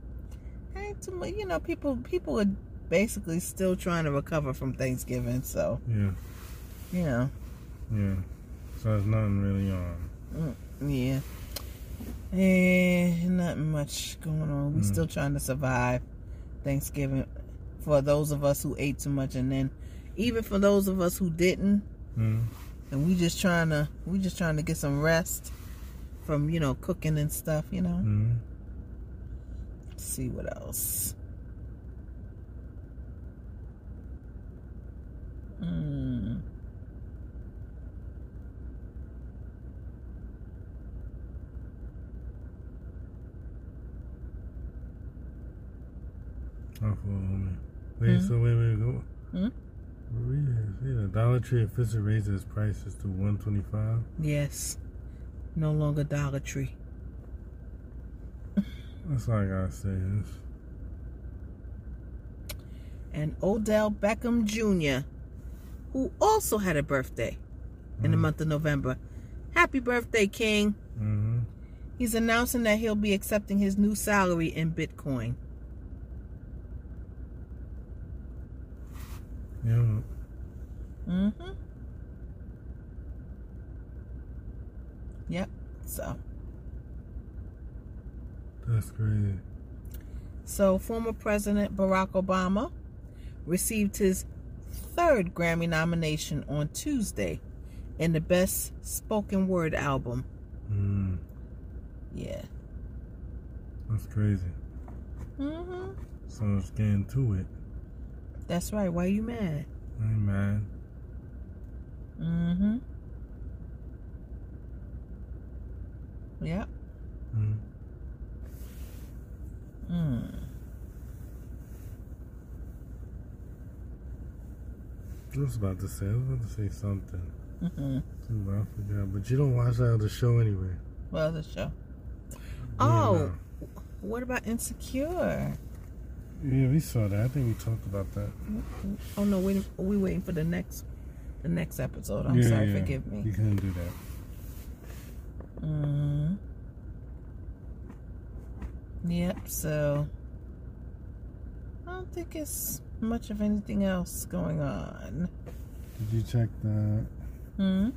[SPEAKER 1] ain't too much. You know, people people are basically still trying to recover from Thanksgiving. So,
[SPEAKER 2] Yeah,
[SPEAKER 1] you know,
[SPEAKER 2] yeah. So there's nothing really on.
[SPEAKER 1] yeah, and not much going on. We
[SPEAKER 2] Mm.
[SPEAKER 1] still trying to survive Thanksgiving for those of us who ate too much, and then even for those of us who didn't.
[SPEAKER 2] Mm.
[SPEAKER 1] and we just trying to we just trying to get some rest from you know cooking and stuff you know
[SPEAKER 2] Mm.
[SPEAKER 1] Let's see what else mm.
[SPEAKER 2] Oh, cool, homie. Wait,
[SPEAKER 1] Hmm?
[SPEAKER 2] so wait, wait, go.
[SPEAKER 1] Hmm?
[SPEAKER 2] Yeah, yeah. Dollar Tree officially raises prices to 125
[SPEAKER 1] yes no longer dollar tree
[SPEAKER 2] That's all I gotta say. It's,
[SPEAKER 1] and odell beckham jr who also had a birthday
[SPEAKER 2] hmm,
[SPEAKER 1] in
[SPEAKER 2] Mm.
[SPEAKER 1] the month of november happy birthday king
[SPEAKER 2] Mm-hmm.
[SPEAKER 1] he's announcing that he'll be accepting his new salary in bitcoin
[SPEAKER 2] Yeah.
[SPEAKER 1] Mm-hmm. Yep. So,
[SPEAKER 2] That's crazy.
[SPEAKER 1] so former President Barack Obama received his third Grammy nomination on Tuesday in the Best Spoken Word album.
[SPEAKER 2] Mm,
[SPEAKER 1] Yeah.
[SPEAKER 2] that's crazy.
[SPEAKER 1] Mm-hmm.
[SPEAKER 2] Someone's getting to it.
[SPEAKER 1] That's right. Why you mad?
[SPEAKER 2] I ain't mad.
[SPEAKER 1] Mm-hmm. Yep.
[SPEAKER 2] Mm.
[SPEAKER 1] Mm.
[SPEAKER 2] I was about to say, I was about to say something.
[SPEAKER 1] Mm-hmm.
[SPEAKER 2] too, but I forgot. But you don't watch that other show anyway.
[SPEAKER 1] What other show?
[SPEAKER 2] Yeah,
[SPEAKER 1] Oh,
[SPEAKER 2] no.
[SPEAKER 1] what about Insecure?
[SPEAKER 2] Yeah, we saw that. I think we talked about that.
[SPEAKER 1] Oh no, wait, are we waiting for the next the next episode. I'm
[SPEAKER 2] Yeah,
[SPEAKER 1] sorry,
[SPEAKER 2] yeah.
[SPEAKER 1] forgive
[SPEAKER 2] You
[SPEAKER 1] me.
[SPEAKER 2] couldn't do that.
[SPEAKER 1] Mm. Yep, so I don't think it's much of anything else going on.
[SPEAKER 2] Did you check the?
[SPEAKER 1] Hmm.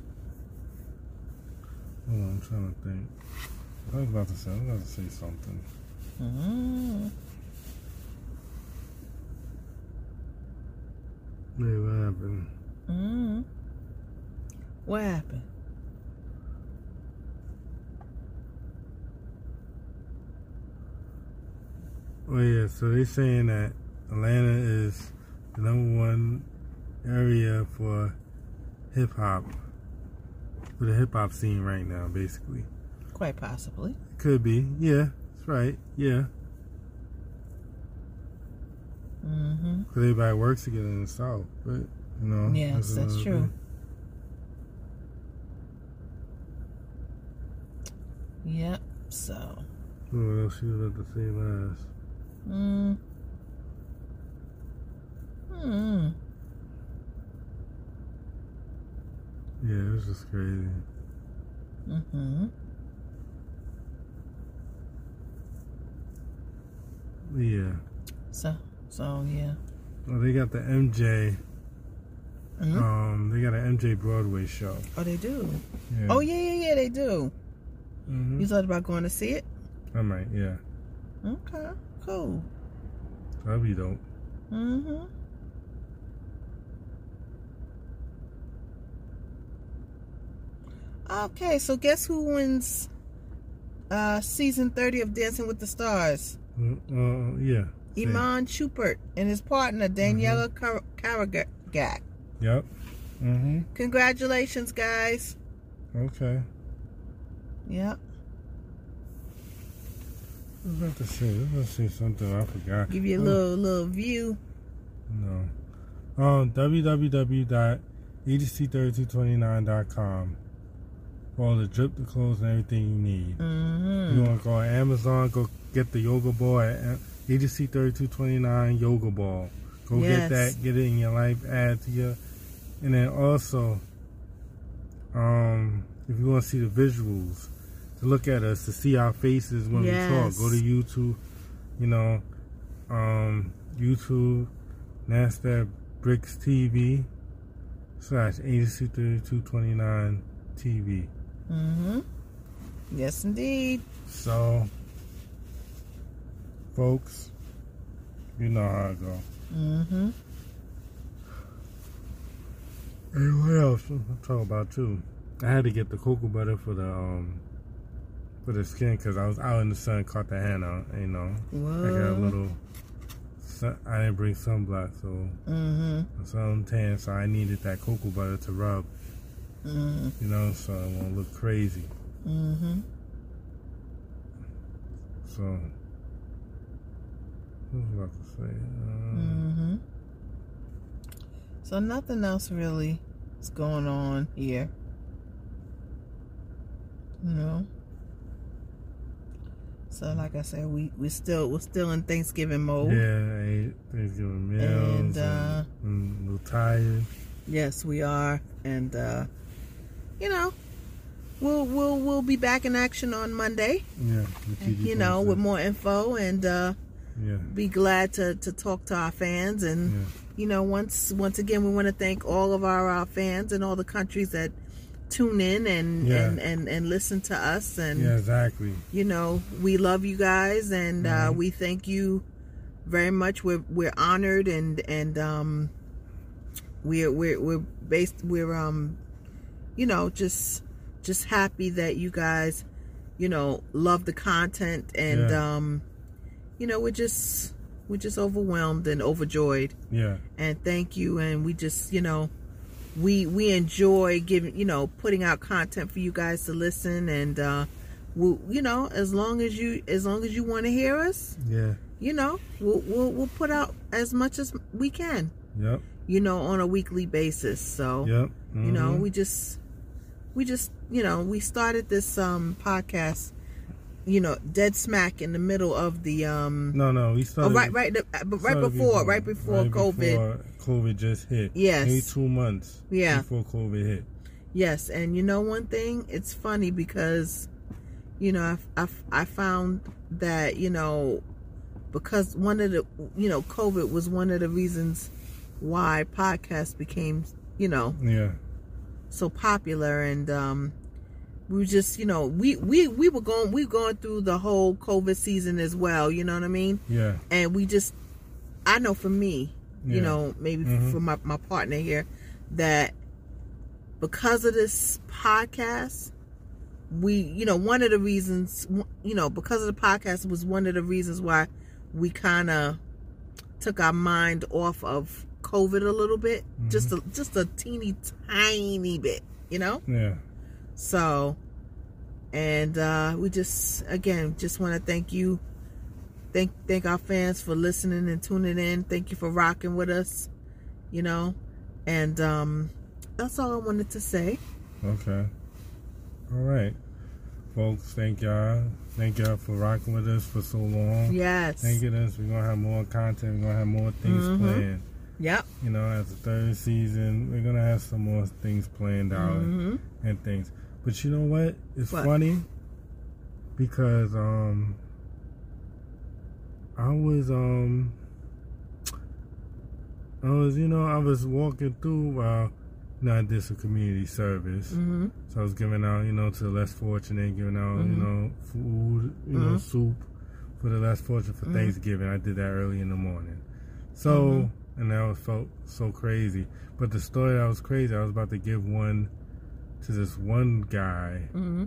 [SPEAKER 2] Hold on, I'm trying to think. I was about to say, I was about to say something.
[SPEAKER 1] Mm.
[SPEAKER 2] Wait, what happened?
[SPEAKER 1] Mm. What happened?
[SPEAKER 2] Oh yeah, so they're saying that Atlanta is the number one area for hip hop, for the hip hop scene right now, basically.
[SPEAKER 1] Quite possibly.
[SPEAKER 2] Could be, yeah, that's right, yeah.
[SPEAKER 1] Mm-hmm.
[SPEAKER 2] Cause everybody works together in the South, but you know.
[SPEAKER 1] Yes, that's
[SPEAKER 2] another
[SPEAKER 1] true.
[SPEAKER 2] thing.
[SPEAKER 1] Yep, so
[SPEAKER 2] Oh, What else she was about to say last?
[SPEAKER 1] mm. Mm.
[SPEAKER 2] Yeah, it was just crazy.
[SPEAKER 1] Mm-hmm.
[SPEAKER 2] But yeah.
[SPEAKER 1] So so yeah.
[SPEAKER 2] Oh, they got the MJ.
[SPEAKER 1] Mhm.
[SPEAKER 2] Um, they got an MJ Broadway show.
[SPEAKER 1] Oh, they do. Oh yeah, yeah, yeah, they do.
[SPEAKER 2] hmm
[SPEAKER 1] You thought about going to see it?
[SPEAKER 2] I might, yeah.
[SPEAKER 1] Okay, cool.
[SPEAKER 2] That'd be dope.
[SPEAKER 1] Mhm. Okay, so guess who wins uh season 30 of Dancing with the Stars?
[SPEAKER 2] Mm, Uh, yeah. same.
[SPEAKER 1] Iman Chupert and his partner Daniela Kar- Karagak.
[SPEAKER 2] Yep. Mm-hmm.
[SPEAKER 1] Congratulations, guys.
[SPEAKER 2] Okay.
[SPEAKER 1] Yep.
[SPEAKER 2] I was about to Mm. say, I was about to say something I forgot.
[SPEAKER 1] Give you a
[SPEAKER 2] Oh,
[SPEAKER 1] little little view.
[SPEAKER 2] No. Um, on e www.edc3229.com for all the drip, the clothes, and everything you need. You
[SPEAKER 1] Mm.
[SPEAKER 2] want to go on Amazon, go get the yoga ball at uh, EDC3229 Yoga Ball. Go
[SPEAKER 1] Yes.
[SPEAKER 2] get that, get it in your life, add to your. And then also, um, if you want to see the visuals, to look at us, to see our faces when we talk,
[SPEAKER 1] Yes.
[SPEAKER 2] go to YouTube, you know, um, YouTube, NASDAQ Bricks TV, slash EDC3229 TV.
[SPEAKER 1] hmm Yes, indeed.
[SPEAKER 2] So, folks, you know how it go.
[SPEAKER 1] hmm
[SPEAKER 2] And what else? I'm talking about too. I had to get the cocoa butter for the um for the skin because I was out in the sun, caught the hand out. You know, I got a
[SPEAKER 1] Whoa.
[SPEAKER 2] little. sun- I didn't bring sunblock, so
[SPEAKER 1] hmm
[SPEAKER 2] I'm sun tan. So I needed that cocoa butter to rub.
[SPEAKER 1] hmm
[SPEAKER 2] You know, so I won't look crazy.
[SPEAKER 1] hmm
[SPEAKER 2] So, what was I about to say? Um,
[SPEAKER 1] hmm So nothing else really is going on here. No. So like I said, we we still we're still in Thanksgiving mode.
[SPEAKER 2] Yeah, I ate Thanksgiving meals
[SPEAKER 1] And,
[SPEAKER 2] and, mm,
[SPEAKER 1] uh,
[SPEAKER 2] and a little tired.
[SPEAKER 1] Yes, we are, and uh, you know, we'll we'll we'll be back in action on Monday.
[SPEAKER 2] Yeah, we keep
[SPEAKER 1] You know, with
[SPEAKER 2] posted.
[SPEAKER 1] more info, and uh, be glad to to talk to our fans.
[SPEAKER 2] yeah,
[SPEAKER 1] And
[SPEAKER 2] yeah.
[SPEAKER 1] you know, once once again, we want to thank all of our, uh fans and all the countries that tune in and
[SPEAKER 2] Yeah.
[SPEAKER 1] and, and and listen to us. And
[SPEAKER 2] Yeah, exactly.
[SPEAKER 1] you know, we love you guys, and uh,
[SPEAKER 2] Mhm.
[SPEAKER 1] we thank you very much. We're we're honored, and and um, we're we're we're based. We're um, you know, just just happy that you guys, you know, love the content, and
[SPEAKER 2] Yeah.
[SPEAKER 1] um, you know, we're just we're just overwhelmed and overjoyed,
[SPEAKER 2] Yeah,
[SPEAKER 1] and thank you, and we just you know. We, we enjoy giving you know putting out content for you guys to listen and uh we'll, you know, as long as you as long as you want to hear us,
[SPEAKER 2] yeah,
[SPEAKER 1] you know, we'll, we'll we'll put out as much as we can,
[SPEAKER 2] yep,
[SPEAKER 1] you know, on a weekly basis. So
[SPEAKER 2] yep.
[SPEAKER 1] you know,
[SPEAKER 2] mhm.
[SPEAKER 1] we just we just you know we started this um podcast, you know, dead smack in the middle of the um
[SPEAKER 2] no, no, we
[SPEAKER 1] oh,
[SPEAKER 2] started
[SPEAKER 1] right right the, but right
[SPEAKER 2] started
[SPEAKER 1] before, right before
[SPEAKER 2] right
[SPEAKER 1] COVID
[SPEAKER 2] before COVID just hit.
[SPEAKER 1] Yes.
[SPEAKER 2] maybe two months.
[SPEAKER 1] Yeah.
[SPEAKER 2] before COVID hit.
[SPEAKER 1] Yes, and you know one thing, it's funny because, you know, I, I, I found that you know, because one of the you know COVID was one of the reasons why podcasts became you know
[SPEAKER 2] Yeah,
[SPEAKER 1] so popular, and um, we were just you know we we we were going we were going through the whole COVID season as well, you know what I mean?
[SPEAKER 2] yeah,
[SPEAKER 1] And we just, I know for me, you
[SPEAKER 2] Yeah.
[SPEAKER 1] know, maybe
[SPEAKER 2] Mhm.
[SPEAKER 1] for my, my partner here, that because of this podcast, we, you know, one of the reasons, you know, because of the podcast was one of the reasons why we kind of took our mind off of COVID a little bit, just a, just a teeny tiny bit, you know.
[SPEAKER 2] yeah,
[SPEAKER 1] So, and uh, we just again just want to thank you, thank thank our fans for listening and tuning in. Thank you for rocking with us, you know, and um, that's all I wanted to say.
[SPEAKER 2] okay. All right, folks, thank y'all. Thank y'all for rocking with us for so long.
[SPEAKER 1] Yes.
[SPEAKER 2] Thank you, this. We're going to have more content. We're going to have more things
[SPEAKER 1] Mhm.
[SPEAKER 2] planned.
[SPEAKER 1] Yep.
[SPEAKER 2] you know, as the third season, we're gonna have some more things planned out
[SPEAKER 1] hmm
[SPEAKER 2] and things. But you know what? It's
[SPEAKER 1] What?
[SPEAKER 2] funny because um, I was um, I was you know I was walking through while you know, I did some community service,
[SPEAKER 1] hmm
[SPEAKER 2] so I was giving out you know to the less fortunate, giving out
[SPEAKER 1] Mhm.
[SPEAKER 2] you know food, you know
[SPEAKER 1] Mhm.
[SPEAKER 2] soup for the less fortunate for
[SPEAKER 1] Mhm.
[SPEAKER 2] Thanksgiving. I did that early in the morning. So
[SPEAKER 1] Mhm.
[SPEAKER 2] and that was felt so crazy. But the story that was crazy, I was about to give one to this one guy,
[SPEAKER 1] hmm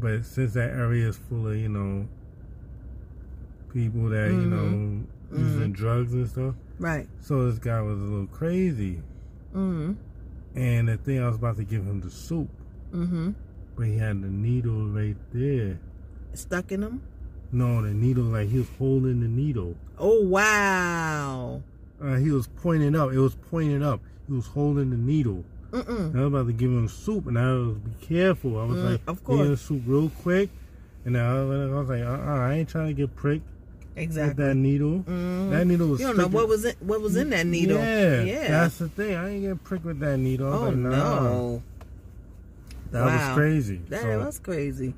[SPEAKER 2] but since that area is full of you know people that you know
[SPEAKER 1] Mhm.
[SPEAKER 2] using drugs and stuff,
[SPEAKER 1] Right.
[SPEAKER 2] so this guy was a little crazy.
[SPEAKER 1] hmm
[SPEAKER 2] And the thing I was about to give him the soup,
[SPEAKER 1] hmm
[SPEAKER 2] but he had the needle right there.
[SPEAKER 1] Stuck in them.
[SPEAKER 2] No, the needle like he was holding the needle.
[SPEAKER 1] Oh wow.
[SPEAKER 2] Uh, he was pointing up. It was pointing up. He was holding the needle.
[SPEAKER 1] Mm-mm.
[SPEAKER 2] I was about to give him soup, and I was be careful. I was
[SPEAKER 1] Mm,
[SPEAKER 2] like,
[SPEAKER 1] of
[SPEAKER 2] give him
[SPEAKER 1] course.
[SPEAKER 2] soup real quick, and I was, I was like, uh, uh I ain't trying to get pricked with
[SPEAKER 1] Exactly.
[SPEAKER 2] that needle.
[SPEAKER 1] Mm.
[SPEAKER 2] That needle was.
[SPEAKER 1] You don't know
[SPEAKER 2] sticking-
[SPEAKER 1] what was in what was in that needle.
[SPEAKER 2] Yeah,
[SPEAKER 1] Yeah.
[SPEAKER 2] That's the thing. I ain't get pricked with that needle. I was
[SPEAKER 1] oh
[SPEAKER 2] like, nah.
[SPEAKER 1] no.
[SPEAKER 2] That
[SPEAKER 1] Wow.
[SPEAKER 2] was crazy.
[SPEAKER 1] That
[SPEAKER 2] So,
[SPEAKER 1] was crazy.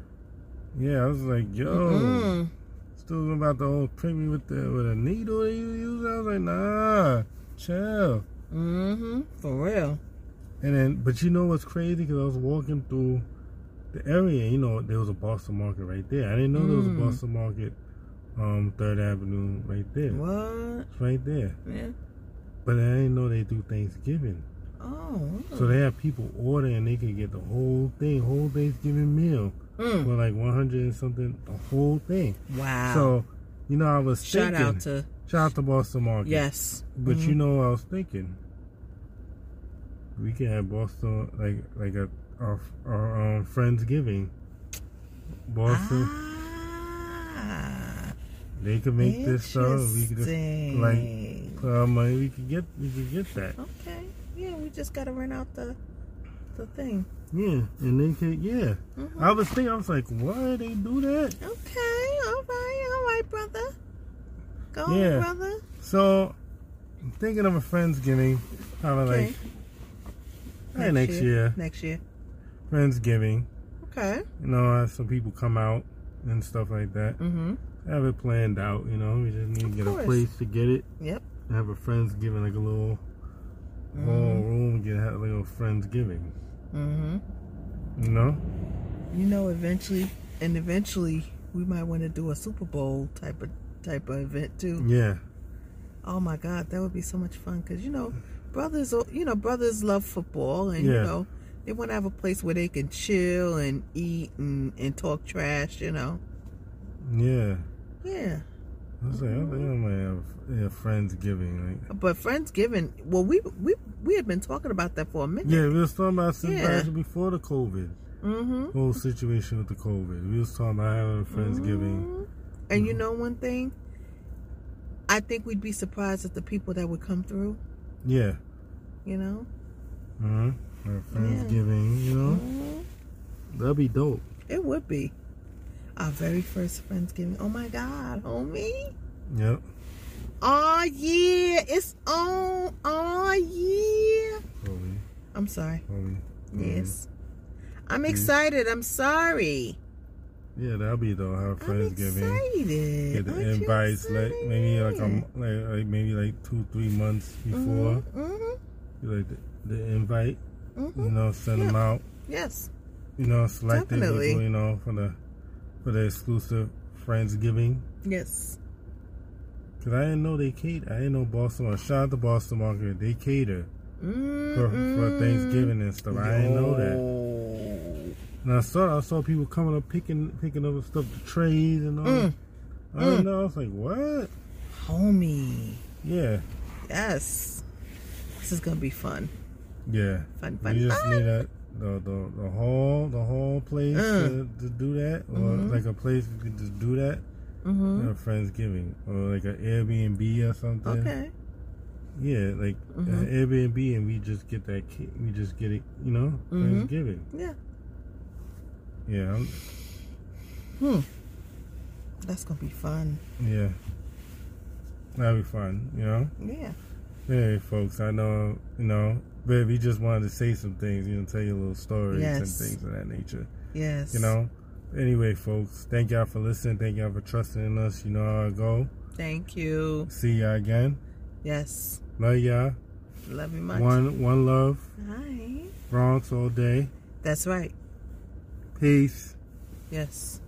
[SPEAKER 2] Yeah, I was like, yo,
[SPEAKER 1] Mm.
[SPEAKER 2] still about the old prick me with the with a needle that you use. I was like, nah, chill.
[SPEAKER 1] Mm-hmm. For real.
[SPEAKER 2] And then, but you know what's crazy? Because I was walking through the area, you know, there was a Boston Market right there. I didn't know there was a
[SPEAKER 1] Mm.
[SPEAKER 2] Boston Market, um, Third Avenue right there.
[SPEAKER 1] What?
[SPEAKER 2] It's right there.
[SPEAKER 1] Yeah.
[SPEAKER 2] But I didn't know they do Thanksgiving.
[SPEAKER 1] Oh.
[SPEAKER 2] So they have people order and they can get the whole thing, whole Thanksgiving meal
[SPEAKER 1] Mm.
[SPEAKER 2] for like 100 and something, the whole thing.
[SPEAKER 1] Wow.
[SPEAKER 2] So, you know, I was
[SPEAKER 1] Shout
[SPEAKER 2] thinking.
[SPEAKER 1] out to
[SPEAKER 2] shout out to Boston Market.
[SPEAKER 1] yes.
[SPEAKER 2] But you
[SPEAKER 1] Mhm.
[SPEAKER 2] know, what I was thinking we can have Boston like like a our our um, Friendsgiving. Boston,
[SPEAKER 1] Mm-hmm. Ah,
[SPEAKER 2] they could make this stuff. We could just
[SPEAKER 1] interesting.
[SPEAKER 2] put our money. We could get we could get that.
[SPEAKER 1] Okay. Yeah, we just gotta rent out the the thing.
[SPEAKER 2] Yeah, and they could yeah.
[SPEAKER 1] Mhm.
[SPEAKER 2] I was thinking, I was like, why they do that?
[SPEAKER 1] Okay. All right. All right, brother. Go, on,
[SPEAKER 2] Yeah.
[SPEAKER 1] brother.
[SPEAKER 2] So I'm thinking of a Friendsgiving, probably
[SPEAKER 1] Okay.
[SPEAKER 2] like eh, next year.
[SPEAKER 1] Next year.
[SPEAKER 2] Friendsgiving.
[SPEAKER 1] Okay.
[SPEAKER 2] You know, have some people come out and stuff like that.
[SPEAKER 1] Mm-hmm.
[SPEAKER 2] have it planned out, you know. We just need to
[SPEAKER 1] Of
[SPEAKER 2] get
[SPEAKER 1] course.
[SPEAKER 2] a place to get it.
[SPEAKER 1] Yep.
[SPEAKER 2] Have a friends giving like a little whole room, get have like a friends giving,
[SPEAKER 1] Mm-hmm.
[SPEAKER 2] you know.
[SPEAKER 1] You know, eventually, and eventually, we might want to do a Super Bowl type of type of event too.
[SPEAKER 2] Yeah,
[SPEAKER 1] Oh my God, that would be so much fun because you know, brothers, you know, brothers love football, and you
[SPEAKER 2] Yeah.
[SPEAKER 1] know, they want to have a place where they can chill and eat and and talk trash. You know,
[SPEAKER 2] yeah.
[SPEAKER 1] yeah.
[SPEAKER 2] I was like, I think I might have yeah, friends giving. Like,
[SPEAKER 1] But Friendsgiving, well, we we we had been talking about that for a minute.
[SPEAKER 2] yeah, we was talking about since
[SPEAKER 1] Yeah.
[SPEAKER 2] back before the COVID
[SPEAKER 1] Mm-hmm.
[SPEAKER 2] whole situation with the COVID. We was talking about having a friends giving.
[SPEAKER 1] Mhm. And you know one thing? I think we'd be surprised at the people that would come through,
[SPEAKER 2] Yeah,
[SPEAKER 1] you know?
[SPEAKER 2] mm-hmm. friends giving. You know,
[SPEAKER 1] Mhm.
[SPEAKER 2] that'd be dope.
[SPEAKER 1] It would be. Our very first Friendsgiving. Oh my God, homie.
[SPEAKER 2] Yep.
[SPEAKER 1] Oh yeah, it's on. Oh yeah.
[SPEAKER 2] Probably.
[SPEAKER 1] I'm sorry.
[SPEAKER 2] Probably. Mm-hmm.
[SPEAKER 1] Yes. I'm
[SPEAKER 2] Mhm.
[SPEAKER 1] excited. I'm sorry.
[SPEAKER 2] Yeah, that'd be dope. Have
[SPEAKER 1] I'm
[SPEAKER 2] friends giving.
[SPEAKER 1] excited.
[SPEAKER 2] get the
[SPEAKER 1] Aren't you
[SPEAKER 2] invites like maybe like a m
[SPEAKER 1] excited?
[SPEAKER 2] like, like maybe like two three months before
[SPEAKER 1] Mhm, mhm,
[SPEAKER 2] you like the, the invite
[SPEAKER 1] mhm.
[SPEAKER 2] you know send
[SPEAKER 1] Yeah.
[SPEAKER 2] them out
[SPEAKER 1] Yes.
[SPEAKER 2] you know select the people
[SPEAKER 1] Definitely.
[SPEAKER 2] you know for the for the exclusive friendsgiving
[SPEAKER 1] Yes.
[SPEAKER 2] because I didn't know they cater I didn't know Boston Market shout out to Boston Market they cater for, for
[SPEAKER 1] Mm-mm.
[SPEAKER 2] Thanksgiving and stuff I didn't know that
[SPEAKER 1] that.
[SPEAKER 2] and I saw I saw people coming up picking picking up stuff the trays and all
[SPEAKER 1] Mm,
[SPEAKER 2] that. I didn't know I was like what
[SPEAKER 1] homie.
[SPEAKER 2] yeah
[SPEAKER 1] Yes. This is gonna be fun.
[SPEAKER 2] yeah.
[SPEAKER 1] Fun, fun, Ah,
[SPEAKER 2] We just
[SPEAKER 1] fun.
[SPEAKER 2] need a the the, the whole the whole place to,
[SPEAKER 1] Mm.
[SPEAKER 2] to do that, or
[SPEAKER 1] Mhm.
[SPEAKER 2] like a place you could just do that.
[SPEAKER 1] hmm
[SPEAKER 2] Or friendsgiving, or like an Airbnb or something.
[SPEAKER 1] Okay. Mm-hmm.
[SPEAKER 2] Yeah, like an Airbnb, and we just get that. ki- We just get it. You know,
[SPEAKER 1] Mhm.
[SPEAKER 2] friendsgiving.
[SPEAKER 1] Yeah.
[SPEAKER 2] Yeah, I'm,
[SPEAKER 1] That's gonna be fun.
[SPEAKER 2] yeah. That'll be fun. You know.
[SPEAKER 1] Yeah.
[SPEAKER 2] Anyway, folks, I know you know. But we just wanted to say some things, you know, tell you little stories and
[SPEAKER 1] Yes.
[SPEAKER 2] things of that nature.
[SPEAKER 1] Yes.
[SPEAKER 2] You know. Anyway, folks, thank y'all for listening. Thank y'all for trusting in us. You know how it go.
[SPEAKER 1] Thank you.
[SPEAKER 2] See y'all again.
[SPEAKER 1] Yes.
[SPEAKER 2] Love y'all.
[SPEAKER 1] Love you much.
[SPEAKER 2] One one love.
[SPEAKER 1] Hi.
[SPEAKER 2] Bronx all day.
[SPEAKER 1] That's right.
[SPEAKER 2] Peace.
[SPEAKER 1] Yes.